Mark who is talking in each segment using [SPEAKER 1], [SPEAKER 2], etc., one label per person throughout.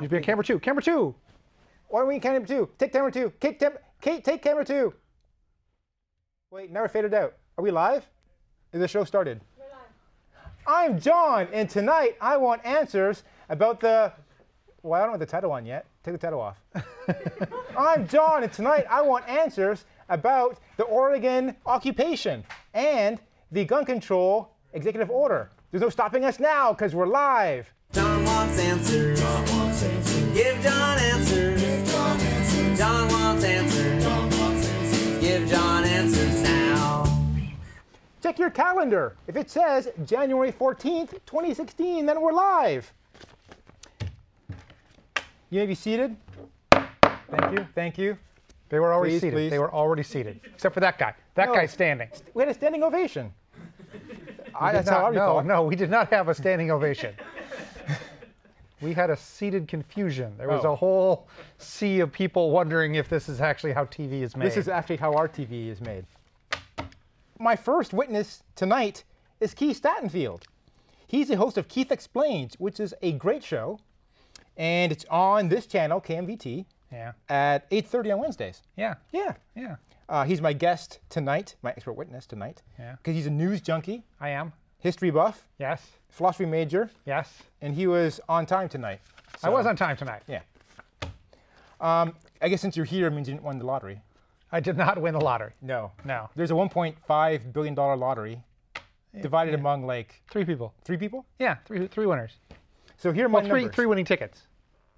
[SPEAKER 1] You'd be on camera two. Camera two. Why don't we camera two? Take camera two. Kate, tem- Kate, take camera two. Wait, never faded out. Are we live? Is the show started? We're live. I'm John, and tonight I want answers about the. Well, I don't have the title on yet. Take the title off. I'm John, and tonight I want answers about the Oregon occupation and the gun control executive order. There's no stopping us now because we're live.
[SPEAKER 2] John wants answers. John wants answers. Give John answers. Give John answers. John wants answers. John wants answers. Give John answers now.
[SPEAKER 1] Check your calendar. If it says January 14th, 2016, then we're live. You may be seated. Thank you. Thank you.
[SPEAKER 3] They were already
[SPEAKER 1] Please,
[SPEAKER 3] seated.
[SPEAKER 1] please.
[SPEAKER 3] They were already seated, except for that guy. That
[SPEAKER 1] No.
[SPEAKER 3] guy's standing.
[SPEAKER 1] We had a standing ovation. I,
[SPEAKER 3] Did
[SPEAKER 1] that's
[SPEAKER 3] not-
[SPEAKER 1] how I
[SPEAKER 3] no,
[SPEAKER 1] recall.
[SPEAKER 3] no, we did not have a standing ovation. we had a seated confusion. There was
[SPEAKER 1] Oh.
[SPEAKER 3] a whole sea of people wondering if this is actually how TV is made.
[SPEAKER 1] This is actually how our TV is made. My first witness tonight is Keith Statenfield. He's the host of Keith Explains, which is a great show, and it's on this channel, KMVT,
[SPEAKER 3] yeah,
[SPEAKER 1] at 8:30 on Wednesdays.
[SPEAKER 3] yeah,
[SPEAKER 1] Yeah.
[SPEAKER 3] yeah.
[SPEAKER 1] Uh, he's my guest tonight, my expert witness tonight,
[SPEAKER 3] Yeah.
[SPEAKER 1] because he's a news junkie,
[SPEAKER 3] I am.
[SPEAKER 1] history buff,
[SPEAKER 3] Yes,
[SPEAKER 1] philosophy major,
[SPEAKER 3] yes.
[SPEAKER 1] and he was on time tonight.
[SPEAKER 3] I was
[SPEAKER 1] So,
[SPEAKER 3] on time tonight.
[SPEAKER 1] Yeah. Um, I guess since you're here, it means you didn't win the lottery.
[SPEAKER 3] I did not win the lottery.
[SPEAKER 1] No.
[SPEAKER 3] No,
[SPEAKER 1] There's a 1.5 billion dollar lottery, divided among like
[SPEAKER 3] three people.
[SPEAKER 1] three people.
[SPEAKER 3] Yeah, three three winners.
[SPEAKER 1] So here are my
[SPEAKER 3] Well, three
[SPEAKER 1] numbers.
[SPEAKER 3] three winning tickets.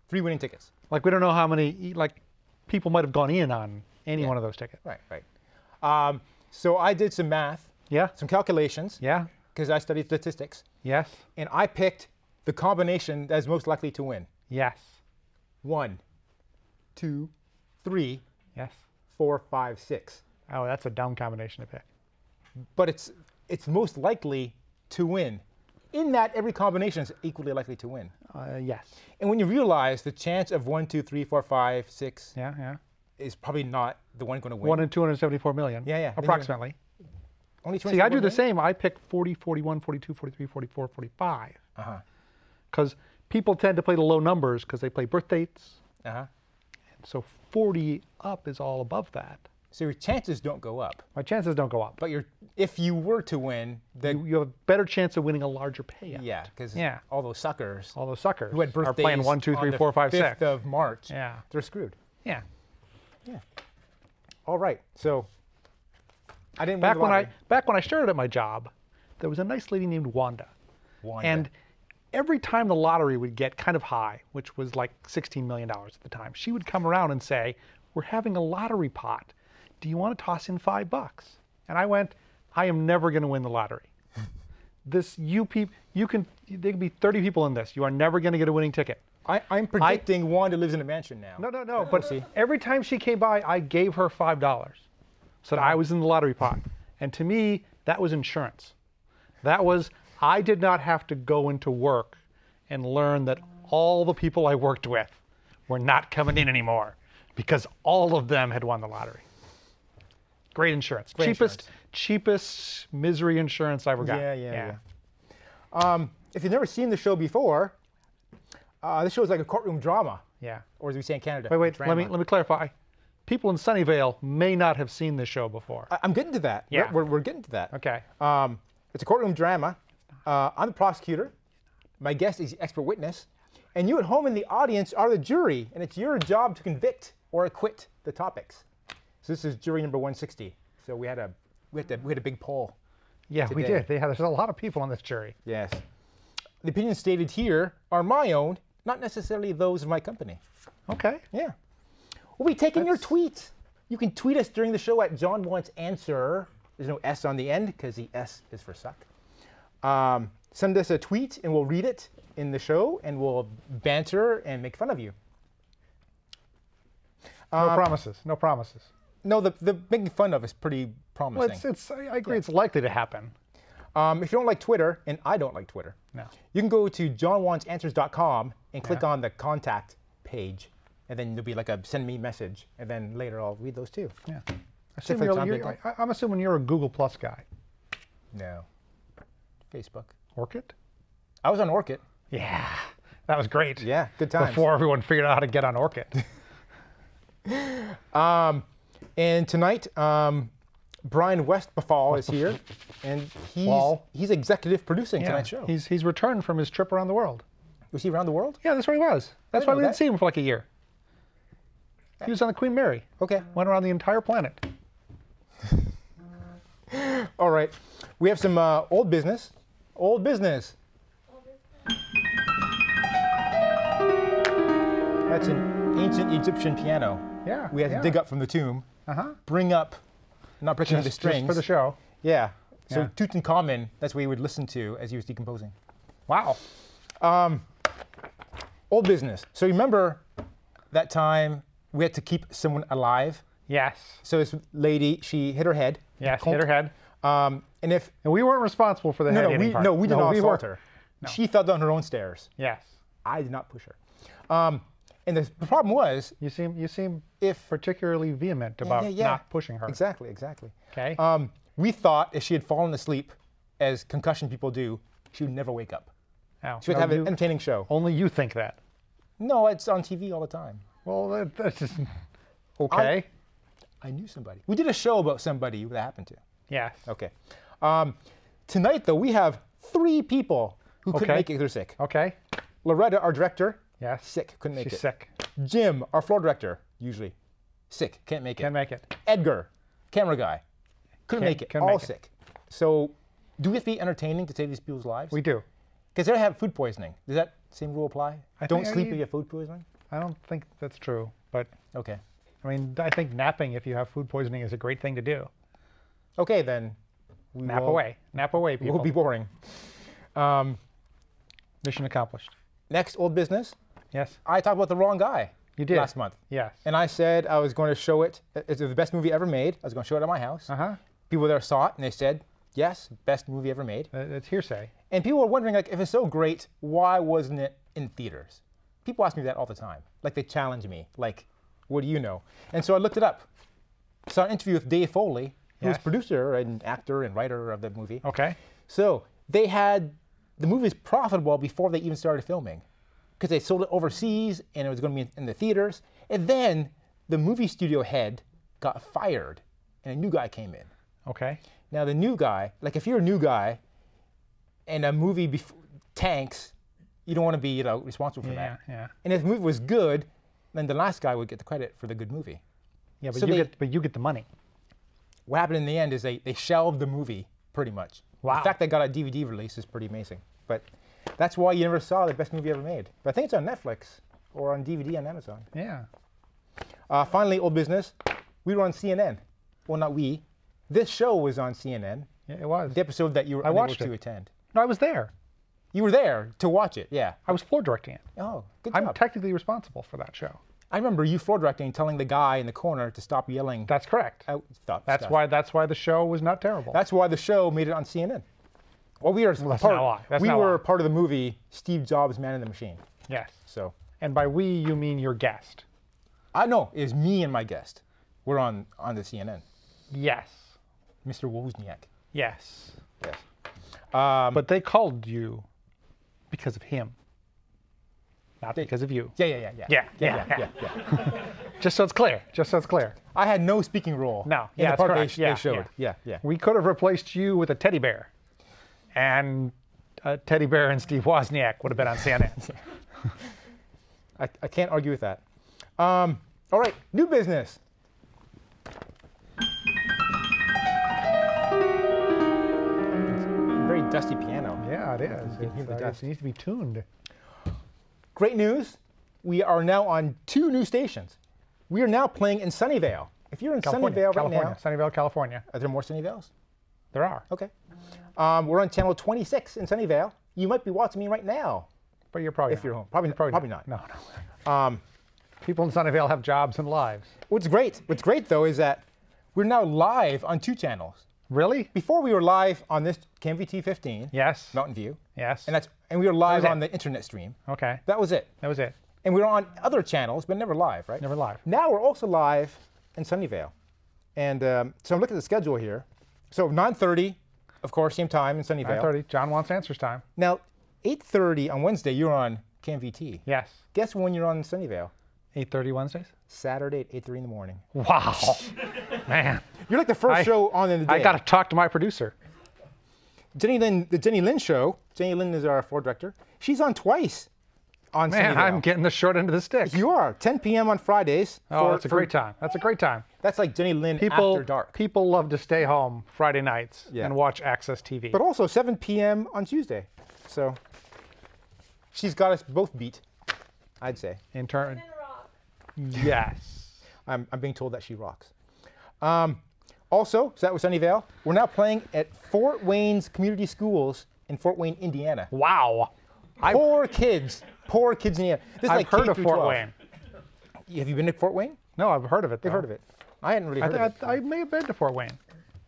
[SPEAKER 1] Three winning tickets.
[SPEAKER 3] Like we don't know how many like people might have gone in on any one of those tickets.
[SPEAKER 1] Right. Right. Um, so I did some math,
[SPEAKER 3] Yeah.
[SPEAKER 1] some calculations,
[SPEAKER 3] Yeah.
[SPEAKER 1] because I studied statistics,
[SPEAKER 3] Yes.
[SPEAKER 1] and I picked the combination that is most likely to win.
[SPEAKER 3] Yes.
[SPEAKER 1] One, two, three,
[SPEAKER 3] Yes.
[SPEAKER 1] four, five, six.
[SPEAKER 3] Oh, that's a dumb combination to pick.
[SPEAKER 1] But it's it's most likely to win. In that, every combination is equally likely to win.
[SPEAKER 3] Uh, yes.
[SPEAKER 1] And when you realize the chance of one, two, three, four, five, six
[SPEAKER 3] Yeah, yeah.
[SPEAKER 1] is probably not the one going to win.
[SPEAKER 3] One in 274 million.
[SPEAKER 1] Yeah, yeah.
[SPEAKER 3] Approximately.
[SPEAKER 1] Only
[SPEAKER 3] See, I do the same. I pick 40, 41, 42, 43, 44, 45. Uh
[SPEAKER 1] Uh-huh.
[SPEAKER 3] huh. Because people tend to play the low numbers because they play birth dates.
[SPEAKER 1] Uh huh.
[SPEAKER 3] So 40 up is all above that.
[SPEAKER 1] So your chances don't go up,
[SPEAKER 3] My chances don't go up.
[SPEAKER 1] but your if you were to win, then
[SPEAKER 3] You, you have a better chance of winning a larger payout.
[SPEAKER 1] yeah, because
[SPEAKER 3] Yeah.
[SPEAKER 1] all those suckers
[SPEAKER 3] All those suckers
[SPEAKER 1] who had birthdays
[SPEAKER 3] are playing one, two,
[SPEAKER 1] on
[SPEAKER 3] three,
[SPEAKER 1] the
[SPEAKER 3] four, five,
[SPEAKER 1] 5th
[SPEAKER 3] six.
[SPEAKER 1] of March,
[SPEAKER 3] Yeah.
[SPEAKER 1] they're screwed.
[SPEAKER 3] Yeah.
[SPEAKER 1] All right, so I didn't
[SPEAKER 3] Back
[SPEAKER 1] win the
[SPEAKER 3] when I
[SPEAKER 1] lottery.
[SPEAKER 3] back when I started at my job, there was a nice lady named Wanda.
[SPEAKER 1] Wanda.
[SPEAKER 3] And every time the lottery would get kind of high, which was like $16 million at the time, she would come around and say, We're having a lottery pot. Do you want to toss in five bucks? And I went, I am never going to win the lottery. this, you people, you can, there can be 30 people in this. You are never going to get a winning ticket.
[SPEAKER 1] I, I'm predicting Wanda lives in a mansion now.
[SPEAKER 3] No, no, no. But every time she came by, I gave her five dollars, so that I was in the lottery pot. And to me, that was insurance. That was I did not have to go into work and learn that all the people I worked with were not coming in anymore because all of them had won the lottery. Great insurance. cheapest, cheapest misery insurance I ever got.
[SPEAKER 1] Yeah, yeah, yeah. Um, If you've never seen the show before, uh, this show is like a courtroom drama,
[SPEAKER 3] yeah.
[SPEAKER 1] or as we say in Canada.
[SPEAKER 3] Wait, wait.
[SPEAKER 1] drama.
[SPEAKER 3] Let me let me clarify. People in Sunnyvale may not have seen this show before.
[SPEAKER 1] I- I'm getting to that.
[SPEAKER 3] Yeah.
[SPEAKER 1] We're, we're, we're getting to that.
[SPEAKER 3] okay.
[SPEAKER 1] Um, it's a courtroom drama. Uh, I'm the prosecutor. My guest is the expert witness. And you at home in the audience are the jury, and it's your job to convict or acquit the topics. So this is jury number 160. So we had a we had, a we had a big poll.
[SPEAKER 3] Yeah, we
[SPEAKER 1] today.
[SPEAKER 3] did. They had, there's a lot of people on this jury.
[SPEAKER 1] Yes. The opinions stated here are my own, not necessarily those of my company.
[SPEAKER 3] Okay.
[SPEAKER 1] Yeah. We'll be taking your tweets. You can tweet us during the show at John Wants Answer. There's no S on the end because the S is for suck. Um, send us a tweet and we'll read it in the show and we'll banter and make fun of you.
[SPEAKER 3] No promises. No promises.
[SPEAKER 1] No, the, the making fun of is pretty
[SPEAKER 3] Well,
[SPEAKER 1] promising.
[SPEAKER 3] it's, it's, I I agree. It's likely to happen.
[SPEAKER 1] um, if you don't like Twitter, and I don't like Twitter,
[SPEAKER 3] No.
[SPEAKER 1] you can go to johnwantsanswers.com and click on the contact page. And then there'll be like a send me message. And then later I'll read those too.
[SPEAKER 3] Yeah.
[SPEAKER 1] Except
[SPEAKER 3] Assume
[SPEAKER 1] for
[SPEAKER 3] you're,
[SPEAKER 1] Tom
[SPEAKER 3] you're,
[SPEAKER 1] Bacon.
[SPEAKER 3] I, I'm assuming you're a Google Plus guy.
[SPEAKER 1] No. Facebook.
[SPEAKER 3] Orchid?
[SPEAKER 1] I was on Orchid.
[SPEAKER 3] Yeah. That was great.
[SPEAKER 1] Yeah, good times.
[SPEAKER 3] Before everyone figured out how to get on Orchid.
[SPEAKER 1] And tonight, um, Brian Westbefall is here, and he's
[SPEAKER 3] Wall.
[SPEAKER 1] he's executive producing
[SPEAKER 3] Yeah.
[SPEAKER 1] tonight's show.
[SPEAKER 3] He's he's returned from his trip around the world.
[SPEAKER 1] was he around the world?
[SPEAKER 3] Yeah, that's where he was. That's why
[SPEAKER 1] know
[SPEAKER 3] we
[SPEAKER 1] that.
[SPEAKER 3] didn't see him for like a year. He was on the Queen Mary.
[SPEAKER 1] Okay.
[SPEAKER 3] Went around the entire planet.
[SPEAKER 1] All right. We have some uh, old business. Old business. That's an ancient Egyptian piano.
[SPEAKER 3] Yeah.
[SPEAKER 1] We had to dig up from the tomb,
[SPEAKER 3] Uh-huh.
[SPEAKER 1] bring up, not breaking
[SPEAKER 3] Just,
[SPEAKER 1] the
[SPEAKER 3] just
[SPEAKER 1] strings.
[SPEAKER 3] for the show.
[SPEAKER 1] Yeah. So
[SPEAKER 3] Yeah.
[SPEAKER 1] Tutankhamen, that's what he would listen to as he was decomposing.
[SPEAKER 3] Wow.
[SPEAKER 1] Old business. So remember that time we had to keep someone alive?
[SPEAKER 3] Yes.
[SPEAKER 1] So this lady, she hit her head.
[SPEAKER 3] Yes. Hit her head.
[SPEAKER 1] Um, and if
[SPEAKER 3] And we weren't responsible for the
[SPEAKER 1] no,
[SPEAKER 3] head
[SPEAKER 1] no,
[SPEAKER 3] hitting
[SPEAKER 1] we,
[SPEAKER 3] part.
[SPEAKER 1] no, we did not
[SPEAKER 3] we
[SPEAKER 1] assault
[SPEAKER 3] were-
[SPEAKER 1] her. She fell down her own stairs.
[SPEAKER 3] Yes.
[SPEAKER 1] I did not push her. Um, and the, the problem was
[SPEAKER 3] You seem you seem
[SPEAKER 1] if
[SPEAKER 3] particularly vehement about
[SPEAKER 1] yeah, yeah.
[SPEAKER 3] not pushing her.
[SPEAKER 1] exactly, exactly.
[SPEAKER 3] Okay.
[SPEAKER 1] Um, we thought if she had fallen asleep, as concussion people do, she would never wake up.
[SPEAKER 3] Ow.
[SPEAKER 1] She would
[SPEAKER 3] No,
[SPEAKER 1] have
[SPEAKER 3] you- Oh.
[SPEAKER 1] an entertaining show.
[SPEAKER 3] only you think that.
[SPEAKER 1] No, it's on TV all the time.
[SPEAKER 3] Well, that, that's just okay.
[SPEAKER 1] I knew somebody. We did a show about somebody that happened to.
[SPEAKER 3] yes.
[SPEAKER 1] Okay. Um, tonight though, we have three people who couldn't
[SPEAKER 3] Okay.
[SPEAKER 1] make it. They're sick.
[SPEAKER 3] Okay.
[SPEAKER 1] Loretta, our director,
[SPEAKER 3] Yes.
[SPEAKER 1] sick, couldn't make
[SPEAKER 3] She's
[SPEAKER 1] it.
[SPEAKER 3] sick.
[SPEAKER 1] Jim, our floor director, usually sick, can't make it.
[SPEAKER 3] Can't make it.
[SPEAKER 1] Edgar, camera guy, couldn't
[SPEAKER 3] Can't-
[SPEAKER 1] make it.
[SPEAKER 3] couldn't
[SPEAKER 1] all
[SPEAKER 3] make it.
[SPEAKER 1] sick. So, do we have to be entertaining to save these people's lives?
[SPEAKER 3] We do.
[SPEAKER 1] because they have food poisoning. Does that same rule apply?
[SPEAKER 3] I
[SPEAKER 1] Don't
[SPEAKER 3] think-
[SPEAKER 1] sleep if
[SPEAKER 3] I-
[SPEAKER 1] you have food poisoning.
[SPEAKER 3] I don't think that's true, but
[SPEAKER 1] Okay.
[SPEAKER 3] I mean, I think napping if you have food poisoning is a great thing to do.
[SPEAKER 1] Okay then. We
[SPEAKER 3] Nap
[SPEAKER 1] will-
[SPEAKER 3] away. Nap away, people.
[SPEAKER 1] We'll be boring. Um,
[SPEAKER 3] Mission accomplished.
[SPEAKER 1] next old business.
[SPEAKER 3] Yes.
[SPEAKER 1] I talked about the wrong guy.
[SPEAKER 3] You did.
[SPEAKER 1] last month.
[SPEAKER 3] Yes.
[SPEAKER 1] And I said I was going to show it. It's the best movie ever made. I was going to show it at my house.
[SPEAKER 3] uh-huh.
[SPEAKER 1] People there saw it and they said, "Yes, best movie ever made."
[SPEAKER 3] Uh, It's hearsay.
[SPEAKER 1] And people are wondering, like, if it's so great, why wasn't it in theaters? People ask me that all the time. Like, they challenge me, like, what do you know? And so I looked it up. Saw an interview with Dave Foley, who was
[SPEAKER 3] Yes.
[SPEAKER 1] producer and actor and writer of the movie.
[SPEAKER 3] Okay.
[SPEAKER 1] So they had the movie's profitable before they even started filming, because they sold it overseas and it was going to be in the theaters. And then the movie studio head got fired, and a new guy came in.
[SPEAKER 3] Okay.
[SPEAKER 1] Now the new guy, like if you're a new guy, and a movie bef- tanks, you don't want to be you know responsible for
[SPEAKER 3] Yeah.
[SPEAKER 1] that.
[SPEAKER 3] Yeah.
[SPEAKER 1] And if the movie was good, then the last guy would get the credit for the good movie.
[SPEAKER 3] Yeah, but
[SPEAKER 1] So
[SPEAKER 3] you
[SPEAKER 1] they-
[SPEAKER 3] get but you get the money.
[SPEAKER 1] What happened in the end is they they shelved the movie pretty much.
[SPEAKER 3] Wow.
[SPEAKER 1] The fact they got a DVD release is pretty amazing. But that's why you never saw the best movie ever made. But I think it's on Netflix or on DVD on Amazon.
[SPEAKER 3] Yeah.
[SPEAKER 1] Uh, finally, old business. We were on CNN. Well, not we. This show was on CNN.
[SPEAKER 3] Yeah, it was.
[SPEAKER 1] The episode that you were unable
[SPEAKER 3] watched
[SPEAKER 1] to
[SPEAKER 3] it.
[SPEAKER 1] attend.
[SPEAKER 3] No, I was there.
[SPEAKER 1] You were there to watch it, yeah.
[SPEAKER 3] I was floor directing it.
[SPEAKER 1] Oh, good
[SPEAKER 3] I'm
[SPEAKER 1] job.
[SPEAKER 3] technically responsible for that show.
[SPEAKER 1] I remember you floor directing, telling the guy in the corner to stop yelling.
[SPEAKER 3] That's correct.
[SPEAKER 1] out stuff.
[SPEAKER 3] that's
[SPEAKER 1] stuff.
[SPEAKER 3] why that's why the show was not terrible.
[SPEAKER 1] That's why the show made it on CNN. Well, we are
[SPEAKER 3] that's
[SPEAKER 1] part.
[SPEAKER 3] not a lie. That's
[SPEAKER 1] we
[SPEAKER 3] not a
[SPEAKER 1] were
[SPEAKER 3] lie.
[SPEAKER 1] part of the movie Steve Jobs' Man in the Machine.
[SPEAKER 3] yes.
[SPEAKER 1] So
[SPEAKER 3] And by we you mean your guest.
[SPEAKER 1] I know it's me and my guest. We're on on the CNN.
[SPEAKER 3] Yes.
[SPEAKER 1] Mr. Wozniak.
[SPEAKER 3] Yes.
[SPEAKER 1] Yes.
[SPEAKER 3] But they called you because of him. Not because of you.
[SPEAKER 1] Yeah, yeah, yeah, yeah.
[SPEAKER 3] Yeah,
[SPEAKER 1] yeah, yeah.
[SPEAKER 3] yeah,
[SPEAKER 1] yeah, yeah.
[SPEAKER 3] Just so it's clear. Just so it's clear.
[SPEAKER 1] I had no speaking role.
[SPEAKER 3] No,
[SPEAKER 1] in
[SPEAKER 3] yeah,
[SPEAKER 1] the
[SPEAKER 3] that's
[SPEAKER 1] part they,
[SPEAKER 3] correct.
[SPEAKER 1] sh-
[SPEAKER 3] Yeah,
[SPEAKER 1] they showed. Yeah,
[SPEAKER 3] yeah.
[SPEAKER 1] yeah.
[SPEAKER 3] We could have replaced you with a teddy bear. And uh, Teddy Bear and Steve Wozniak would have been on CNN.
[SPEAKER 1] I, I can't argue with that. Um, all right, new business. Very dusty piano.
[SPEAKER 3] yeah, it is.
[SPEAKER 1] can hear
[SPEAKER 3] It's,
[SPEAKER 1] the
[SPEAKER 3] uh,
[SPEAKER 1] dust.
[SPEAKER 3] it needs to be tuned.
[SPEAKER 1] Great news. We are now on two new stations. We are now playing in Sunnyvale. If you're in
[SPEAKER 3] California,
[SPEAKER 1] Sunnyvale right
[SPEAKER 3] California,
[SPEAKER 1] now,
[SPEAKER 3] Sunnyvale, California.
[SPEAKER 1] are there more Sunnyvales?
[SPEAKER 3] There are.
[SPEAKER 1] Okay. Um, we're on channel 26 in Sunnyvale. You might be watching me right now
[SPEAKER 3] But you're probably
[SPEAKER 1] if you're home. Probably,
[SPEAKER 3] Probably,
[SPEAKER 1] probably not.
[SPEAKER 3] No, no.
[SPEAKER 1] Um,
[SPEAKER 3] People in Sunnyvale have jobs and lives.
[SPEAKER 1] what's great, what's great though, is that we're now live on two channels.
[SPEAKER 3] Really?
[SPEAKER 1] Before we were live on this KMVT 15,
[SPEAKER 3] Yes.
[SPEAKER 1] Mountain View,
[SPEAKER 3] Yes.
[SPEAKER 1] and that's and we were live
[SPEAKER 3] was it.
[SPEAKER 1] on the internet stream.
[SPEAKER 3] okay.
[SPEAKER 1] That was it.
[SPEAKER 3] That was it.
[SPEAKER 1] And we were on other channels, but never live, right?
[SPEAKER 3] Never live.
[SPEAKER 1] Now we're also live in Sunnyvale, and um, so I'm looking at the schedule here. So 9:30, of course, same time in Sunnyvale.
[SPEAKER 3] 9:30. John wants answers time.
[SPEAKER 1] Now 8:30 on Wednesday, you're on CanVT.
[SPEAKER 3] Yes.
[SPEAKER 1] Guess when you're on Sunnyvale?
[SPEAKER 3] 8:30 Wednesdays.
[SPEAKER 1] Saturday at 8.30 in the morning.
[SPEAKER 3] Wow, man.
[SPEAKER 1] You're like the first
[SPEAKER 3] I-
[SPEAKER 1] show on in the day.
[SPEAKER 3] I gotta talk to my producer.
[SPEAKER 1] Jenny Lynn, the Jenny Lynn show. Jenny Lynn is our floor director. She's on twice on
[SPEAKER 3] Man,
[SPEAKER 1] Sunnyvale.
[SPEAKER 3] I'm getting the short end of the stick.
[SPEAKER 1] You are 10 p.m. on Fridays.
[SPEAKER 3] oh,
[SPEAKER 1] for-
[SPEAKER 3] that's a
[SPEAKER 1] for-
[SPEAKER 3] great time. That's a great time.
[SPEAKER 1] That's like Jenny Lynn
[SPEAKER 3] People,
[SPEAKER 1] after dark.
[SPEAKER 3] people love to stay home Friday nights
[SPEAKER 1] Yeah.
[SPEAKER 3] and watch Access TV.
[SPEAKER 1] but also 7 p.m. on Tuesday. So she's got us both beat, I'd say.
[SPEAKER 3] In turn, yes.
[SPEAKER 1] I'm, I'm being told that she rocks. Um, also, so that was Sunnyvale. We're now playing at Fort Wayne's Community Schools in Fort Wayne, Indiana.
[SPEAKER 3] Wow. I-
[SPEAKER 1] Poor kids. Poor kids in Indiana. This is
[SPEAKER 3] I've
[SPEAKER 1] like K
[SPEAKER 3] heard of
[SPEAKER 1] through
[SPEAKER 3] Fort
[SPEAKER 1] 12.
[SPEAKER 3] Wayne.
[SPEAKER 1] Have you been to Fort Wayne?
[SPEAKER 3] No, I've heard of it.
[SPEAKER 1] I've heard of it. I hadn't really
[SPEAKER 3] I,
[SPEAKER 1] heard
[SPEAKER 3] th-
[SPEAKER 1] of it.
[SPEAKER 3] I, I may have been to Fort Wayne.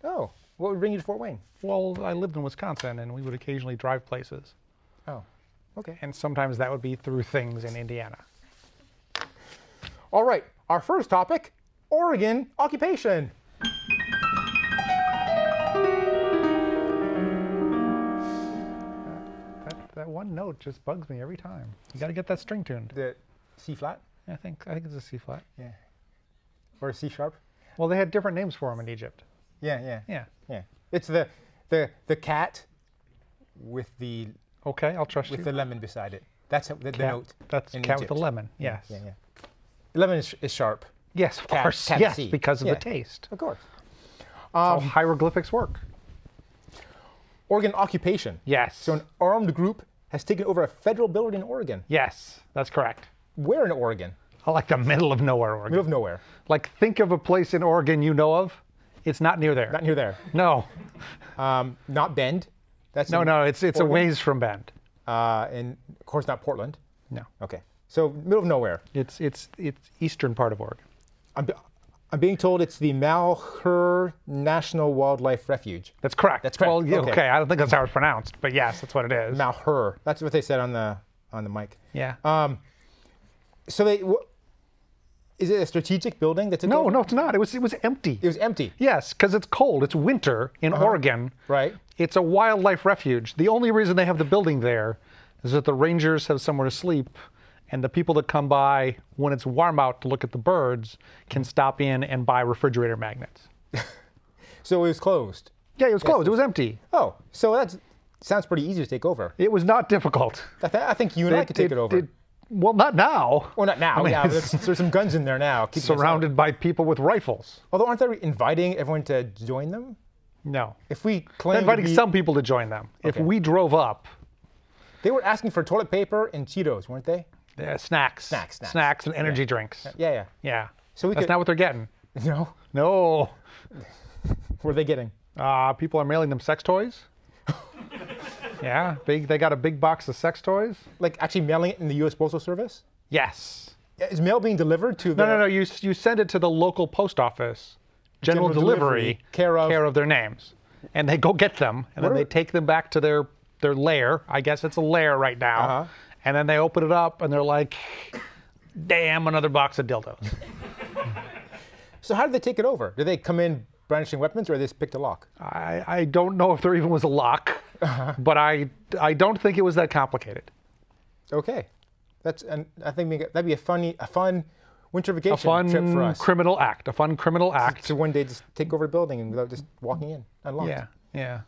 [SPEAKER 1] oh, what would bring you to Fort Wayne?
[SPEAKER 3] Well, I lived in Wisconsin, and we would occasionally drive places,
[SPEAKER 1] Oh, okay.
[SPEAKER 3] and sometimes that would be through things in Indiana.
[SPEAKER 1] All right, our first topic Oregon occupation.
[SPEAKER 3] That, that one note just bugs me every time. You got to get that string tuned.
[SPEAKER 1] The C flat
[SPEAKER 3] I think I think it's a C flat.
[SPEAKER 1] or C sharp?
[SPEAKER 3] Well, they had different names for them in Egypt.
[SPEAKER 1] Yeah, yeah,
[SPEAKER 3] Yeah.
[SPEAKER 1] yeah. It's the the the cat with the
[SPEAKER 3] Okay, I'll trust
[SPEAKER 1] with
[SPEAKER 3] you.
[SPEAKER 1] the lemon beside it. That's how- the, the
[SPEAKER 3] Cat-
[SPEAKER 1] note.
[SPEAKER 3] That's
[SPEAKER 1] in
[SPEAKER 3] cat with the
[SPEAKER 1] Egypt.
[SPEAKER 3] lemon.
[SPEAKER 1] Yeah,
[SPEAKER 3] Yes.
[SPEAKER 1] Yeah, yeah. Lemon is, is sharp,
[SPEAKER 3] Yes, of
[SPEAKER 1] Cat-
[SPEAKER 3] course.
[SPEAKER 1] cat
[SPEAKER 3] yes,
[SPEAKER 1] C.
[SPEAKER 3] because of
[SPEAKER 1] Yeah. Um,
[SPEAKER 3] the taste.
[SPEAKER 1] of course.
[SPEAKER 3] How hieroglyphics work.
[SPEAKER 1] Oregon occupation.
[SPEAKER 3] Yes.
[SPEAKER 1] So an armed group has taken over a federal building in Oregon.
[SPEAKER 3] yes, that's correct.
[SPEAKER 1] Where in Oregon?
[SPEAKER 3] I like the middle of nowhere, Oregon.
[SPEAKER 1] Middle of nowhere.
[SPEAKER 3] Like, think of a place in Oregon you know of. It's not near there.
[SPEAKER 1] Not near there.
[SPEAKER 3] no,
[SPEAKER 1] Um, not Bend. That's
[SPEAKER 3] no,
[SPEAKER 1] in-
[SPEAKER 3] no. It's it's
[SPEAKER 1] Oregon?
[SPEAKER 3] a ways from Bend.
[SPEAKER 1] Uh, and of course not Portland.
[SPEAKER 3] No,
[SPEAKER 1] Okay. So middle of nowhere.
[SPEAKER 3] it's it's it's eastern part of Oregon.
[SPEAKER 1] I'm, be- I'm being told it's the Malheur National Wildlife Refuge.
[SPEAKER 3] That's correct.
[SPEAKER 1] That's correct.
[SPEAKER 3] Well, yeah,
[SPEAKER 1] Okay.
[SPEAKER 3] okay. I don't think that's how it's pronounced, but yes, that's what it is.
[SPEAKER 1] Malheur. That's what they said on the on the mic.
[SPEAKER 3] Yeah.
[SPEAKER 1] uh, So they wh- is it a strategic building that's
[SPEAKER 3] no, no, it's not. It was it was empty.
[SPEAKER 1] It was empty.
[SPEAKER 3] Yes, because it's cold. It's winter in Oregon.
[SPEAKER 1] Right.
[SPEAKER 3] It's a wildlife refuge. The only reason they have the building there is that the rangers have somewhere to sleep, and the people that come by when it's warm out to look at the birds can stop in and buy refrigerator magnets.
[SPEAKER 1] So it was closed.
[SPEAKER 3] Yeah, it was closed. It was empty.
[SPEAKER 1] Oh, so that sounds pretty easy to take over.
[SPEAKER 3] It was not difficult.
[SPEAKER 1] I, th- I think you and I could take it, over.
[SPEAKER 3] it- well, not now.
[SPEAKER 1] well, not now.
[SPEAKER 3] I mean,
[SPEAKER 1] yeah, but
[SPEAKER 3] it's
[SPEAKER 1] there's, there's some guns in there now. keeping us out.
[SPEAKER 3] surrounded by people with rifles.
[SPEAKER 1] Although aren't they inviting everyone to join them?
[SPEAKER 3] No.
[SPEAKER 1] If we claim to
[SPEAKER 3] Inviting
[SPEAKER 1] be-
[SPEAKER 3] some people to join them. If
[SPEAKER 1] Okay.
[SPEAKER 3] we drove up,
[SPEAKER 1] they were asking for toilet paper and Cheetos, weren't they?
[SPEAKER 3] uh, snacks,
[SPEAKER 1] Snacks, snacks.
[SPEAKER 3] and energy drinks.
[SPEAKER 1] Yeah, yeah.
[SPEAKER 3] Yeah.
[SPEAKER 1] So we
[SPEAKER 3] That's
[SPEAKER 1] could-
[SPEAKER 3] not what they're getting.
[SPEAKER 1] No,
[SPEAKER 3] No.
[SPEAKER 1] what are they getting?
[SPEAKER 3] Uh, people are mailing them sex toys. yeah. Big, they got a big box of sex toys.
[SPEAKER 1] Like actually mailing it in the U.S. Postal Service?
[SPEAKER 3] Yes.
[SPEAKER 1] Is mail being delivered to the
[SPEAKER 3] No, no, no. You, you send it to the local post office, general,
[SPEAKER 1] General
[SPEAKER 3] delivery,
[SPEAKER 1] delivery, care of-
[SPEAKER 3] their names. And they go get them, and then
[SPEAKER 1] What
[SPEAKER 3] they
[SPEAKER 1] are-
[SPEAKER 3] take them back to their, their lair. I guess it's a lair right now.
[SPEAKER 1] Uh-huh.
[SPEAKER 3] And then they open it up, and they're like, damn, another box of dildos.
[SPEAKER 1] So how did they take it over? Did they come in brandishing weapons, or they just picked a lock?
[SPEAKER 3] I, I don't know if there even was a lock,
[SPEAKER 1] Uh-huh.
[SPEAKER 3] but I, I don't think it was that complicated.
[SPEAKER 1] Okay, that's and I think we- that'd be a funny, a fun winter vacation
[SPEAKER 3] A fun
[SPEAKER 1] trip for us.
[SPEAKER 3] criminal act. A fun criminal act.
[SPEAKER 1] to one day just take over the building and without just walking in unlocked.
[SPEAKER 3] Yeah, yeah.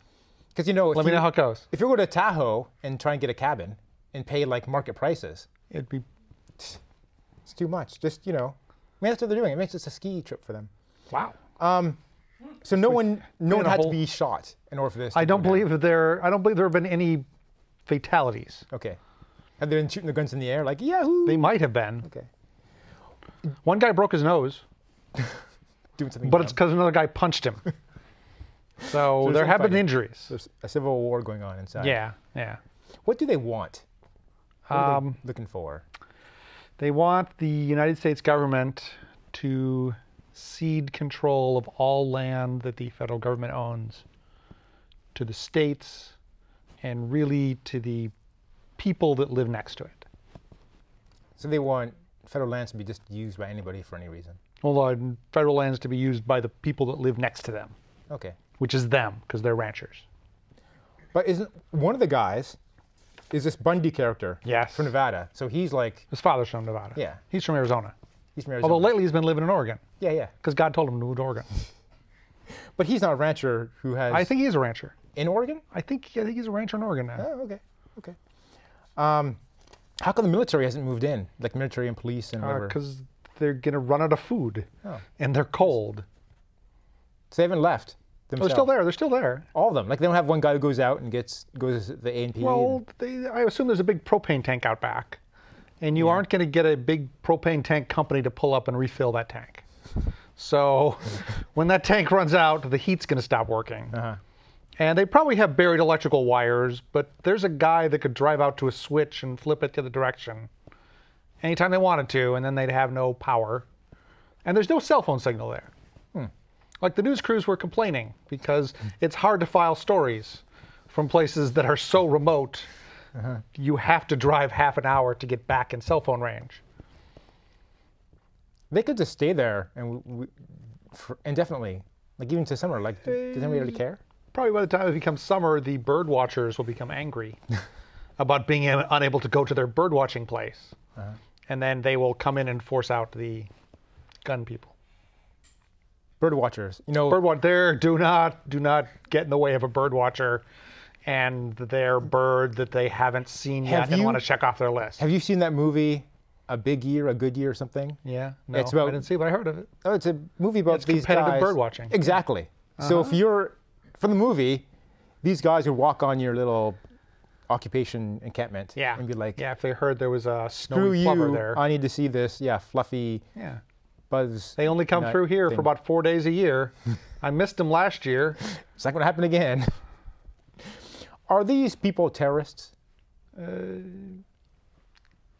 [SPEAKER 1] because you know, if
[SPEAKER 3] Let me
[SPEAKER 1] you,
[SPEAKER 3] know how it goes.
[SPEAKER 1] if you go to Tahoe and try and get a cabin and pay like market prices,
[SPEAKER 3] It'd be
[SPEAKER 1] it's too much. Just you know, I mean that's what they're doing. It makes it a ski trip for them.
[SPEAKER 3] wow.
[SPEAKER 1] So no one, no one
[SPEAKER 3] a
[SPEAKER 1] had to
[SPEAKER 3] whole-
[SPEAKER 1] be shot in order for this.
[SPEAKER 3] I
[SPEAKER 1] to
[SPEAKER 3] don't
[SPEAKER 1] go down.
[SPEAKER 3] believe that there. I don't believe there have been any fatalities.
[SPEAKER 1] Okay, have they been shooting their guns in the air like yahoo?
[SPEAKER 3] They might have been.
[SPEAKER 1] okay,
[SPEAKER 3] One guy broke his nose,
[SPEAKER 1] doing something.
[SPEAKER 3] but it's
[SPEAKER 1] dumb.
[SPEAKER 3] because another guy punched him. So,
[SPEAKER 1] there's
[SPEAKER 3] there
[SPEAKER 1] no
[SPEAKER 3] have been
[SPEAKER 1] fighting.
[SPEAKER 3] injuries.
[SPEAKER 1] there's a civil war going on inside.
[SPEAKER 3] Yeah, yeah. Um,
[SPEAKER 1] What do they want? What are they looking for?
[SPEAKER 3] They want the United States government to cede control of all land that the federal government owns to the states and really to the people that live next to it.
[SPEAKER 1] So they want federal lands to be just used by anybody for any reason.
[SPEAKER 3] Although federal lands to be used by the people that live next to them,
[SPEAKER 1] Okay.
[SPEAKER 3] which is them because they're ranchers.
[SPEAKER 1] But isn't one of the guys is this Bundy character.
[SPEAKER 3] Yes.
[SPEAKER 1] From Nevada. So he's like,
[SPEAKER 3] His father's from Nevada.
[SPEAKER 1] Yeah.
[SPEAKER 3] He's from Arizona.
[SPEAKER 1] he's married.
[SPEAKER 3] Although lately he's been living in Oregon
[SPEAKER 1] yeah, yeah.
[SPEAKER 3] because God told him to move to Oregon.
[SPEAKER 1] But he's not a rancher who has.
[SPEAKER 3] I think he's a rancher.
[SPEAKER 1] in Oregon.
[SPEAKER 3] I think I think he's a rancher in Oregon now. uh,
[SPEAKER 1] Oh, okay, okay. Um, how come the military hasn't moved in? Like military and police
[SPEAKER 3] Uh,
[SPEAKER 1] and whatever.
[SPEAKER 3] because they're gonna run out of food,
[SPEAKER 1] Oh.
[SPEAKER 3] and they're cold.
[SPEAKER 1] so they haven't left.
[SPEAKER 3] Oh, They're
[SPEAKER 1] Themselves.
[SPEAKER 3] still there. They're still there. All
[SPEAKER 1] All of them. Like they don't have one guy who goes out and gets goes to the A and P.
[SPEAKER 3] well, they, I assume there's a big propane tank out back, and you aren't gonna get a big propane tank company to pull up and refill that tank. So, when that tank runs out, the heat's gonna stop working.
[SPEAKER 1] Uh-huh.
[SPEAKER 3] And they probably have buried electrical wires, but there's a guy that could drive out to a switch and flip it the other direction anytime they wanted to, and then they'd have no power. And there's no cell phone signal there. Like the news crews were complaining because it's hard to file stories from places that are so remote.
[SPEAKER 1] Uh-huh.
[SPEAKER 3] You have to drive half an hour to get back in cell phone range.
[SPEAKER 1] they could just stay there and we, we, for indefinitely, like even to summer. Like, d- does anybody really care?
[SPEAKER 3] Probably by the time it becomes summer, the bird watchers will become angry about being un- unable to go to their bird watching place.
[SPEAKER 1] Uh-huh.
[SPEAKER 3] And then they will come in and force out the gun people.
[SPEAKER 1] Bird watchers. You know,
[SPEAKER 3] Bird watch there, do not do not get in the way of a bird watcher and their bird that they haven't seen
[SPEAKER 1] Have
[SPEAKER 3] yet and
[SPEAKER 1] you-
[SPEAKER 3] want to check off their list.
[SPEAKER 1] have you seen that movie, A Big Year, A Good Year, or something?
[SPEAKER 3] yeah, no,
[SPEAKER 1] It's about-
[SPEAKER 3] I didn't see, it, but I heard of it.
[SPEAKER 1] Oh, it's a movie about
[SPEAKER 3] It's
[SPEAKER 1] these
[SPEAKER 3] competitive
[SPEAKER 1] guys.
[SPEAKER 3] bird watching. Uh-huh.
[SPEAKER 1] Exactly. So if you're from the movie, these guys would walk on your little occupation encampment
[SPEAKER 3] Yeah,
[SPEAKER 1] and be like,
[SPEAKER 3] yeah, if they heard there was a
[SPEAKER 1] "Screw
[SPEAKER 3] snowy
[SPEAKER 1] you!
[SPEAKER 3] plover there,
[SPEAKER 1] I need to see this. Yeah, fluffy
[SPEAKER 3] yeah.
[SPEAKER 1] buzz.
[SPEAKER 3] They only come
[SPEAKER 1] nut
[SPEAKER 3] through here
[SPEAKER 1] thing."
[SPEAKER 3] for about four days a year. I missed them last year.
[SPEAKER 1] It's not going to happen again. Are these people terrorists?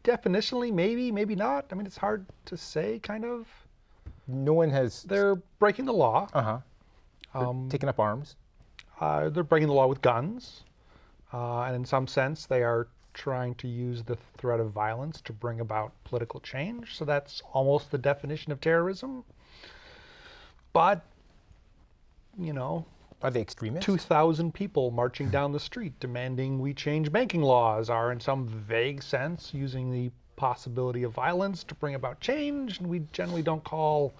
[SPEAKER 3] definitionally maybe maybe not i mean it's hard to say kind of
[SPEAKER 1] No one has
[SPEAKER 3] they're breaking the law
[SPEAKER 1] uh-huh,
[SPEAKER 3] um,
[SPEAKER 1] taken up arms.
[SPEAKER 3] uh, they're breaking the law with guns uh, and in some sense they are trying to use the threat of violence to bring about political change so that's almost the definition of terrorism but you know
[SPEAKER 1] Are they extremists?
[SPEAKER 3] 2000 people marching down the street demanding we change banking laws are in some vague sense using the possibility of violence to bring about change and we generally don't call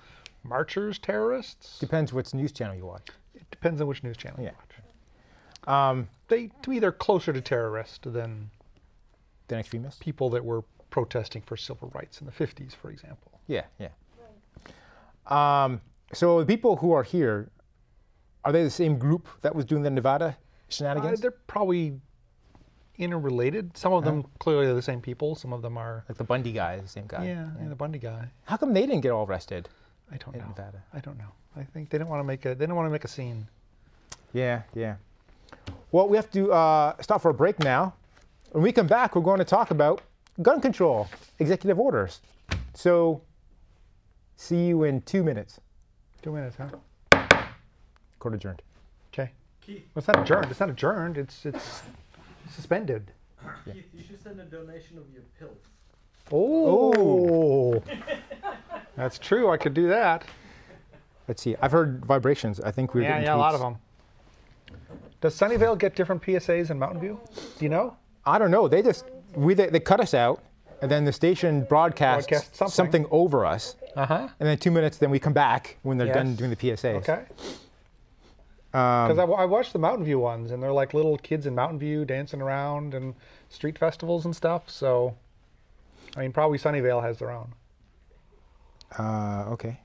[SPEAKER 3] marchers terrorists
[SPEAKER 1] Depends which news channel you watch.
[SPEAKER 3] it depends on which news channel
[SPEAKER 1] Yeah.
[SPEAKER 3] you watch
[SPEAKER 1] Um,
[SPEAKER 3] they to me they're closer to terrorists than
[SPEAKER 1] then extremists?
[SPEAKER 3] people that were protesting for civil rights in the 50s for example
[SPEAKER 1] Yeah, yeah. Um, so the people who are here, are they the same group that was doing the Nevada
[SPEAKER 3] Uh,
[SPEAKER 1] shenanigans?
[SPEAKER 3] they're probably interrelated some of them clearly are the same people some of them are
[SPEAKER 1] like the Bundy guy, the same guy.
[SPEAKER 3] yeah, yeah the bundy guy
[SPEAKER 1] How come they didn't get all arrested?
[SPEAKER 3] I don't
[SPEAKER 1] in
[SPEAKER 3] know.
[SPEAKER 1] Nevada.
[SPEAKER 3] I don't know. I think they didn't want to make a they didn't want to make a scene.
[SPEAKER 1] Yeah, yeah. Well, we have to uh, stop for a break now. When we come back, we're going to talk about gun control, executive orders. So, see you in two minutes.
[SPEAKER 3] Two minutes, huh?
[SPEAKER 1] Court adjourned.
[SPEAKER 3] Okay. Well, it's not adjourned. It's not adjourned. It's it's suspended.
[SPEAKER 4] Keith, you should send a donation of your pills.
[SPEAKER 3] Oh. That's true. I could do that.
[SPEAKER 1] Let's see. I've heard vibrations. I think we were
[SPEAKER 3] Yeah,
[SPEAKER 1] getting
[SPEAKER 3] yeah, a lot
[SPEAKER 1] tweets.
[SPEAKER 3] of them. Does Sunnyvale get different PSAs than Mountain View? Do you know?
[SPEAKER 1] I don't know. They just we they, they cut us out, and then the station broadcasts
[SPEAKER 3] Broadcast something.
[SPEAKER 1] over us,
[SPEAKER 3] Uh huh.
[SPEAKER 1] and then two minutes. Then we come back when they're done
[SPEAKER 3] Yes.
[SPEAKER 1] doing the PSAs.
[SPEAKER 3] Okay.
[SPEAKER 1] Um,
[SPEAKER 3] Because I, wa- I watched the Mountain View ones, and they're like little kids in Mountain View dancing around and street festivals and stuff. So, I mean, probably Sunnyvale has their own.
[SPEAKER 1] uh, okay.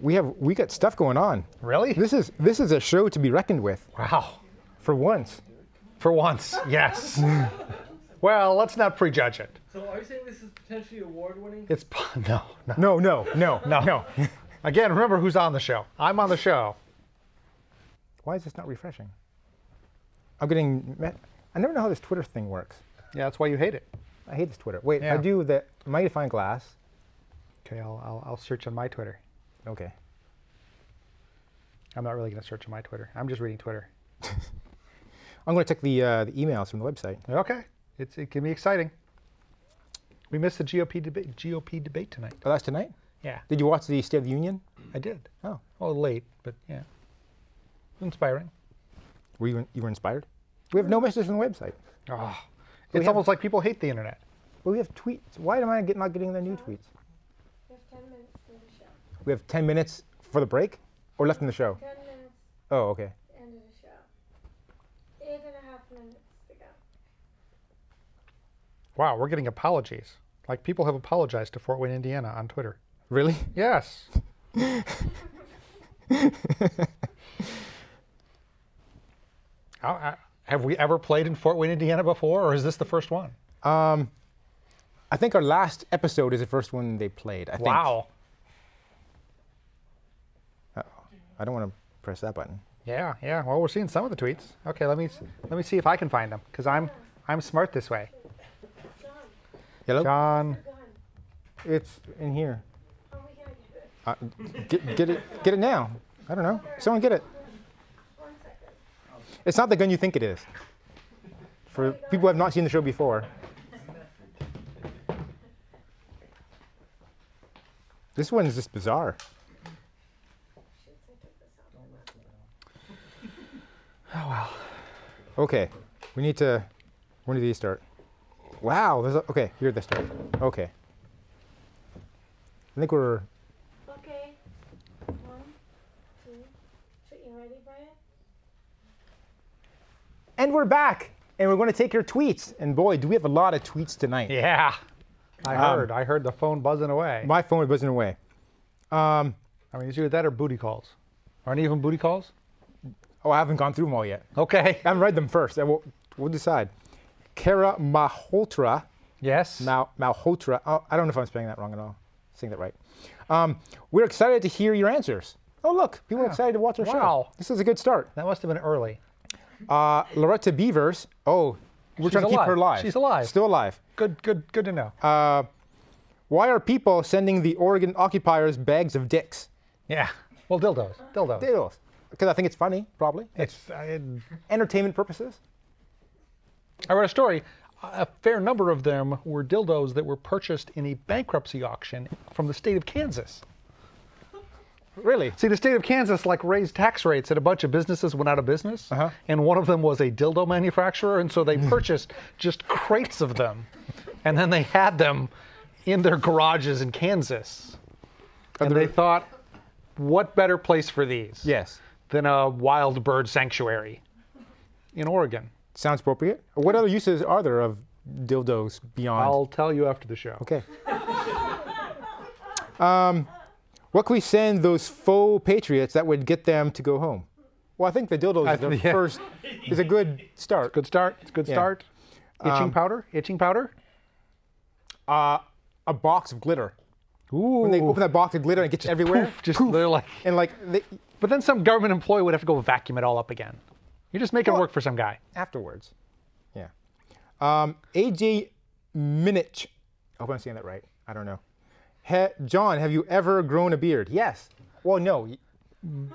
[SPEAKER 1] We have we got stuff going on.
[SPEAKER 3] Really?
[SPEAKER 1] This is this is a show to be reckoned with
[SPEAKER 3] Wow.
[SPEAKER 1] for once.
[SPEAKER 3] For once, yes. well, let's not prejudge it.
[SPEAKER 4] So are you saying this is potentially award-winning?
[SPEAKER 3] It's po- no,
[SPEAKER 1] No,
[SPEAKER 3] no,
[SPEAKER 1] no, no,
[SPEAKER 3] no, no. Again, remember who's on the show. I'm on the show.
[SPEAKER 1] Why is this not refreshing? I'm getting. me- I never know how this Twitter thing works.
[SPEAKER 3] Yeah, that's why you hate it.
[SPEAKER 1] I hate this Twitter. Wait, if
[SPEAKER 3] Yeah.
[SPEAKER 1] I do the magnifying glass.
[SPEAKER 3] Okay, I'll, I'll, I'll search on my Twitter.
[SPEAKER 1] Okay.
[SPEAKER 3] I'm not really gonna search on my Twitter. I'm just reading Twitter.
[SPEAKER 1] I'm going to check the uh, the emails from the website.
[SPEAKER 3] Okay, it's it can be exciting. We missed the GOP debate GOP debate tonight.
[SPEAKER 1] Oh, that's tonight.
[SPEAKER 3] Yeah,
[SPEAKER 1] Did you watch the State of the Union?
[SPEAKER 3] I did.
[SPEAKER 1] Oh,
[SPEAKER 3] Well, late, but yeah, inspiring.
[SPEAKER 1] were you you were inspired? We have no messages from the website.
[SPEAKER 3] Oh, it's almost like people hate the internet.
[SPEAKER 1] But we have tweets. Why am I get, not getting the new tweets?
[SPEAKER 5] We have 10 minutes for the show.
[SPEAKER 1] We have 10 minutes for the break or left in the show?
[SPEAKER 5] 10 minutes,
[SPEAKER 1] Oh, okay.
[SPEAKER 5] to end of the show. Eight and a half minutes to go.
[SPEAKER 3] Wow, we're getting apologies. Like people have apologized to Fort Wayne, Indiana on Twitter.
[SPEAKER 1] Really?
[SPEAKER 3] Yes. I, I, uh, have we ever played in Fort Wayne, Indiana before, or is this the first one?
[SPEAKER 1] Um, I think our last episode is the first one they played. I think.
[SPEAKER 3] Wow.
[SPEAKER 1] I don't want to press that button.
[SPEAKER 3] Yeah, yeah. Well, we're seeing some of the tweets. Okay, let me s- let me see if I can find them because I'm I'm smart this way.
[SPEAKER 5] John,
[SPEAKER 1] Hello?
[SPEAKER 3] John,
[SPEAKER 5] gone.
[SPEAKER 1] It's in here.
[SPEAKER 5] How are we going to get it?
[SPEAKER 1] Uh, get, get it. Get it now. I don't know. Someone get it.
[SPEAKER 5] One second.
[SPEAKER 1] It's not the gun you think it is. For people who have not seen the show before. This one is just bizarre.
[SPEAKER 5] Shoots, I took this off.
[SPEAKER 1] Okay, we need to. When do these start? Wow. There's a, okay. Here they start. Okay. I think we're.
[SPEAKER 5] Okay. One, two, three. You ready, Brian?
[SPEAKER 1] And we're back. And we're going to take your tweets. And boy, do we have a lot of tweets tonight.
[SPEAKER 3] yeah. Um, I heard. I heard the phone buzzing away.
[SPEAKER 1] My phone was buzzing away. Um,
[SPEAKER 3] I mean, it's either that or booty calls. Aren't even booty calls?
[SPEAKER 1] oh, I haven't gone through them all yet.
[SPEAKER 3] Okay.
[SPEAKER 1] I haven't read them first. I will, we'll decide. Kara Malhotra.
[SPEAKER 3] Yes.
[SPEAKER 1] Mal, Malhotra. Oh, I don't know if I'm spelling that wrong at all. Saying that right. Um, we're excited to hear your answers. Oh, look. People are excited to watch our show.
[SPEAKER 3] Wow.
[SPEAKER 1] This is a good start.
[SPEAKER 3] That must have been early.
[SPEAKER 1] Uh, Loretta Beavers. Oh, we're trying to keep
[SPEAKER 3] alive.
[SPEAKER 1] her alive.
[SPEAKER 3] She's alive.
[SPEAKER 1] Still alive.
[SPEAKER 3] Good. Good. Good to know.
[SPEAKER 1] Why are people sending the Oregon occupiers bags of dicks?
[SPEAKER 3] yeah. Well, dildos. Dildos.
[SPEAKER 1] Because I think it's funny, probably.
[SPEAKER 3] It's. I-
[SPEAKER 1] Entertainment purposes.
[SPEAKER 3] I read a story. A fair number of them were dildos that were purchased in a bankruptcy auction from the state of Kansas.
[SPEAKER 1] Really?
[SPEAKER 3] See, the state of Kansas like raised tax rates, and a bunch of businesses went out of business.
[SPEAKER 1] Uh-huh.
[SPEAKER 3] And one of them was a dildo manufacturer, and so they purchased just crates of them, and then they had them in their garages in Kansas. And they thought, what better place for these
[SPEAKER 1] Yes.
[SPEAKER 3] than a wild bird sanctuary in Oregon?
[SPEAKER 1] Sounds appropriate. What other uses are there of dildos beyond?
[SPEAKER 3] I'll tell you after the show.
[SPEAKER 1] okay. um, what can we send those faux patriots that would get them to go home? Well, I think the dildos
[SPEAKER 3] I
[SPEAKER 1] is the
[SPEAKER 3] th- yeah.
[SPEAKER 1] first is a good start.
[SPEAKER 3] Good start. It's a good
[SPEAKER 1] Yeah.
[SPEAKER 3] start. Itching
[SPEAKER 1] Um,
[SPEAKER 3] powder. Itching powder.
[SPEAKER 1] A box of glitter.
[SPEAKER 3] Ooh.
[SPEAKER 1] When they open that box of glitter and it gets everywhere.
[SPEAKER 3] just they're like.
[SPEAKER 1] And like they,
[SPEAKER 3] But then some government employee would have to go vacuum it all up again. You're just making it work for some guy.
[SPEAKER 1] afterwards. Yeah. Um, AJ Minich. I hope I'm saying that right. I don't know. He, John, have you ever grown a beard? Yes. Well, no. Y-
[SPEAKER 3] Mm.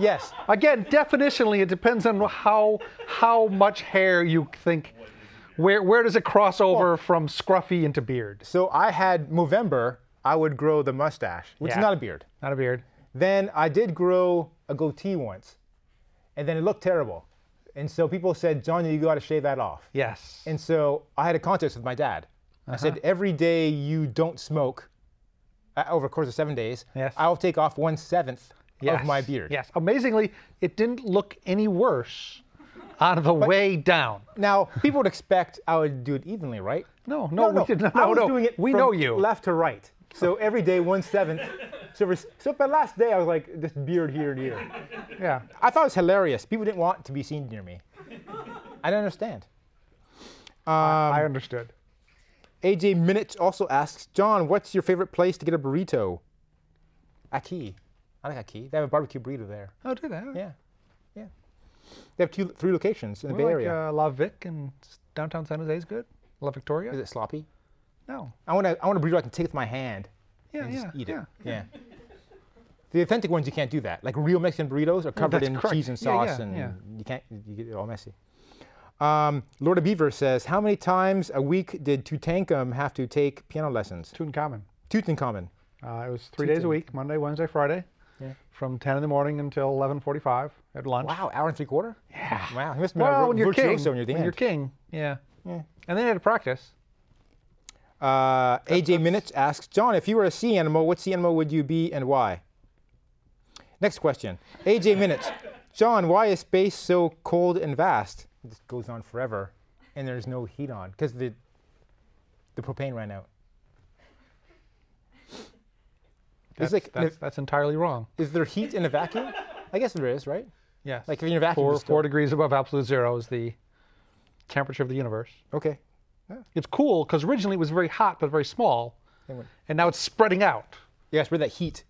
[SPEAKER 1] Yes.
[SPEAKER 3] Again, definitionally, it depends on how how much hair you think. Where where does it cross over from scruffy into beard?
[SPEAKER 1] So I had Movember. I would grow the mustache, which is
[SPEAKER 3] Yeah.
[SPEAKER 1] not a beard.
[SPEAKER 3] Not a beard.
[SPEAKER 1] Then I did grow a goatee once, and then it looked terrible. And so people said, John, you got to shave that off.
[SPEAKER 3] Yes.
[SPEAKER 1] And so I had a contest with my dad. I
[SPEAKER 3] Uh-huh.
[SPEAKER 1] said, every day you don't smoke, uh, over the course of seven days,
[SPEAKER 3] Yes.
[SPEAKER 1] I'll take off one seventh
[SPEAKER 3] yes.
[SPEAKER 1] of my beard.
[SPEAKER 3] Yes. Amazingly, it didn't look any worse on the way down.
[SPEAKER 1] Now, people would expect I would do it evenly, right?
[SPEAKER 3] No, no, we did not.
[SPEAKER 1] I
[SPEAKER 3] No,
[SPEAKER 1] was
[SPEAKER 3] no.
[SPEAKER 1] doing it
[SPEAKER 3] we
[SPEAKER 1] from
[SPEAKER 3] know you.
[SPEAKER 1] left to right. So every day, one seventh. So, for, so for the last day, I was like, this beard here and here.
[SPEAKER 3] Yeah.
[SPEAKER 1] I thought it was hilarious. People didn't want to be seen near me. I don't understand. Um,
[SPEAKER 3] I understood.
[SPEAKER 1] AJ Minich also asks, John, what's your favorite place to get a burrito? Aki. I like Aki. They have a barbecue burrito there.
[SPEAKER 3] Oh, do that.
[SPEAKER 1] Yeah. Yeah. They have two, three locations in the
[SPEAKER 3] We
[SPEAKER 1] Bay
[SPEAKER 3] like
[SPEAKER 1] Area.
[SPEAKER 3] uh, La Vic and s- downtown San Jose is good. La Victoria.
[SPEAKER 1] Is it sloppy?
[SPEAKER 3] No.
[SPEAKER 1] I want to. I want a burrito I can take with my hand
[SPEAKER 3] Yeah,
[SPEAKER 1] and
[SPEAKER 3] yeah.
[SPEAKER 1] just eat it.
[SPEAKER 3] yeah.
[SPEAKER 1] Yeah. The authentic ones you can't do that. Like real Mexican burritos are covered
[SPEAKER 3] that's
[SPEAKER 1] in
[SPEAKER 3] correct.
[SPEAKER 1] cheese and
[SPEAKER 3] Yeah,
[SPEAKER 1] sauce,
[SPEAKER 3] yeah,
[SPEAKER 1] and
[SPEAKER 3] yeah.
[SPEAKER 1] you can't. You get it all messy. Um, Lord of Beaver says, how many times a week did Tutankham have to take piano lessons?
[SPEAKER 3] Two in common.
[SPEAKER 1] Tutankhamun.
[SPEAKER 3] Uh, it was three days a week: Monday, Wednesday, Friday. from 10 in the morning until 11:45 at lunch.
[SPEAKER 1] Wow, hour and three quarter. Yeah. Wow, he must have been
[SPEAKER 3] Well,
[SPEAKER 1] a
[SPEAKER 3] when
[SPEAKER 1] vir-
[SPEAKER 3] you're king,
[SPEAKER 1] virtuoso when you're the
[SPEAKER 3] when
[SPEAKER 1] end.
[SPEAKER 3] you're king, yeah. And then you had to practice.
[SPEAKER 1] Uh, AJ Minutes asks, John, if you were a sea animal, what sea animal would you be and why? Next question. AJ Minutes, John, why is space so cold and vast? This goes on forever, and there's no heat on because the the propane ran out.
[SPEAKER 3] That's,
[SPEAKER 1] like-
[SPEAKER 3] that's, that's entirely wrong.
[SPEAKER 1] Is there heat in a vacuum? I guess there is, right?
[SPEAKER 3] Yes.
[SPEAKER 1] Like if you're in a vacuum.
[SPEAKER 3] four,
[SPEAKER 1] it's still-
[SPEAKER 3] four degrees above absolute zero is the temperature of the universe.
[SPEAKER 1] Okay.
[SPEAKER 3] It's cool because originally it was very hot but very small,
[SPEAKER 1] Anyway.
[SPEAKER 3] and now it's spreading out.
[SPEAKER 1] Yeah, spread that heat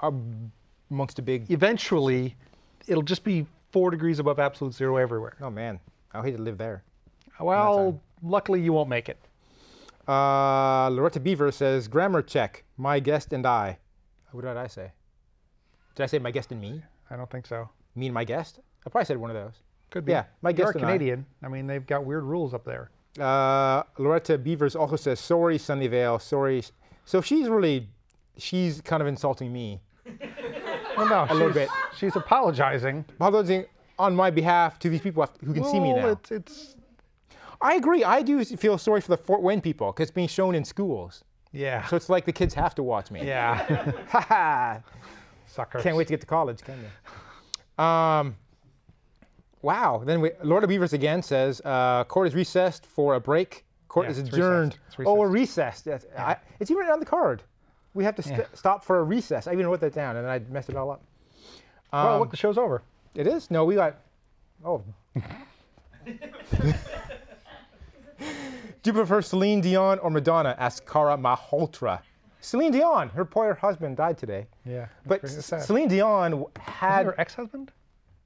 [SPEAKER 1] um, amongst a big.
[SPEAKER 3] Eventually, it'll just be four degrees above absolute zero everywhere.
[SPEAKER 1] Oh man, I hate to live there.
[SPEAKER 3] Well, luckily you won't make it.
[SPEAKER 1] Uh, Loretta Beaver says, grammar check, my guest and I. What did I say? Did I say my guest and me?
[SPEAKER 3] I don't think so.
[SPEAKER 1] Me and my guest? I probably said one of those.
[SPEAKER 3] Could be.
[SPEAKER 1] Yeah, my
[SPEAKER 3] You're
[SPEAKER 1] guest and I.
[SPEAKER 3] Canadian. I. mean, they've got weird rules up there.
[SPEAKER 1] Uh, Loretta Beavers also says, sorry, Sunnyvale, sorry. So she's really, she's kind of insulting me.
[SPEAKER 3] Well, Oh, no, a
[SPEAKER 1] little bit.
[SPEAKER 3] She's apologizing.
[SPEAKER 1] Apologizing on my behalf to these people who can see me
[SPEAKER 3] Well,
[SPEAKER 1] now.
[SPEAKER 3] It's, it's
[SPEAKER 1] I agree. I do feel sorry for the Fort Wayne people because it's being shown in schools.
[SPEAKER 3] yeah,
[SPEAKER 1] So it's like the kids have to watch me.
[SPEAKER 3] yeah,
[SPEAKER 1] Ha ha.
[SPEAKER 3] suckers.
[SPEAKER 1] Can't wait to get to college, can you? Um, wow. Then we, Lord of Beavers again says, uh, court is recessed for a break. Court
[SPEAKER 3] Yeah,
[SPEAKER 1] is
[SPEAKER 3] it's
[SPEAKER 1] adjourned.
[SPEAKER 3] recessed. It's
[SPEAKER 1] Oh, we're recessed. Yes. I, it's even on the card. We have to st- stop for a recess. I even wrote that down and I messed it all up. Um,
[SPEAKER 3] well, look, the show's over.
[SPEAKER 1] It is? No, we got. Oh. Do you prefer Celine Dion or Madonna? Asked Cara Malhotra. Celine Dion, her poor husband died today.
[SPEAKER 3] Yeah,
[SPEAKER 1] But
[SPEAKER 3] pretty sad.
[SPEAKER 1] Celine Dion w- had
[SPEAKER 3] Her ex-husband?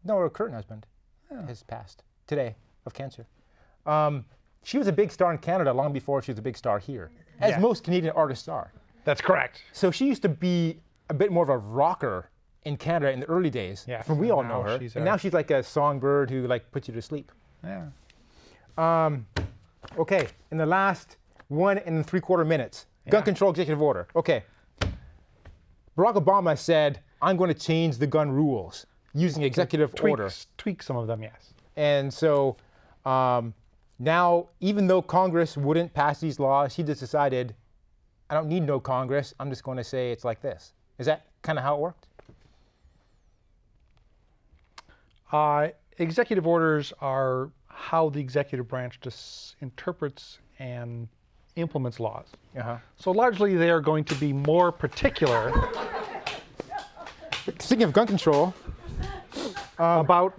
[SPEAKER 1] no, her current husband has passed today of cancer. Um, she was a big star in Canada long before she was a big star here, as
[SPEAKER 3] Yeah.
[SPEAKER 1] most Canadian artists are.
[SPEAKER 3] That's correct.
[SPEAKER 1] So she used to be a bit more of a rocker in Canada in the early days,
[SPEAKER 3] Yeah,
[SPEAKER 1] from we all
[SPEAKER 3] now
[SPEAKER 1] know her.
[SPEAKER 3] she's
[SPEAKER 1] and
[SPEAKER 3] a-
[SPEAKER 1] now she's like a songbird who like puts you to sleep.
[SPEAKER 3] Yeah.
[SPEAKER 1] Okay, in the last one and three quarter minutes, gun control executive order. Okay. Barack Obama said, "I'm going to change the gun rules using executive
[SPEAKER 3] Tweaks,
[SPEAKER 1] order."
[SPEAKER 3] tweak some of them, yes.
[SPEAKER 1] And so um, now, even though Congress wouldn't pass these laws, he just decided, I don't need no Congress. I'm just going to say it's like this. Is that kind of how it worked?
[SPEAKER 3] Uh, executive orders are how the executive branch dis- interprets and implements laws.
[SPEAKER 1] Uh-huh.
[SPEAKER 3] So largely, they are going to be more particular
[SPEAKER 1] Speaking of gun control,
[SPEAKER 3] about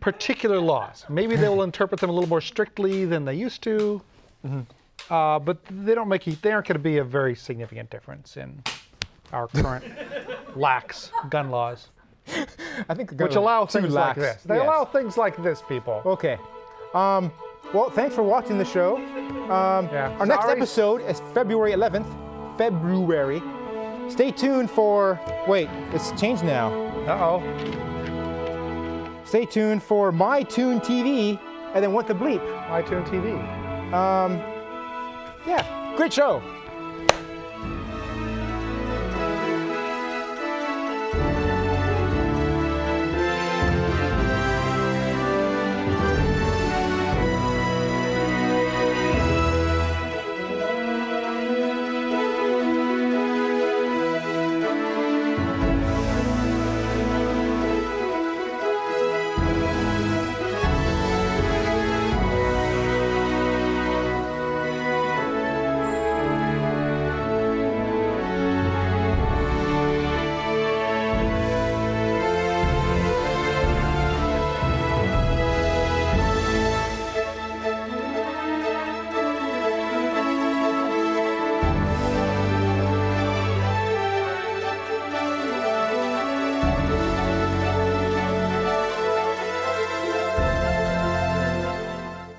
[SPEAKER 3] particular laws. Maybe they will interpret them a little more strictly than they used to.
[SPEAKER 1] Mm-hmm.
[SPEAKER 3] Uh, but they don't make a, they aren't going to be a very significant difference in our current lax gun laws,
[SPEAKER 1] I think
[SPEAKER 3] which allow things like this. They
[SPEAKER 1] Yes.
[SPEAKER 3] allow things like this, people.
[SPEAKER 1] Okay. Um, well, thanks for watching the show. Um,
[SPEAKER 3] Yeah.
[SPEAKER 1] Our next
[SPEAKER 3] Sorry.
[SPEAKER 1] episode is February 11th. February. Stay tuned for. Wait, it's changed now.
[SPEAKER 3] Uh oh.
[SPEAKER 1] Stay tuned for My Tune TV and then What the Bleep.
[SPEAKER 3] iTunes TV.
[SPEAKER 1] Yeah, great show.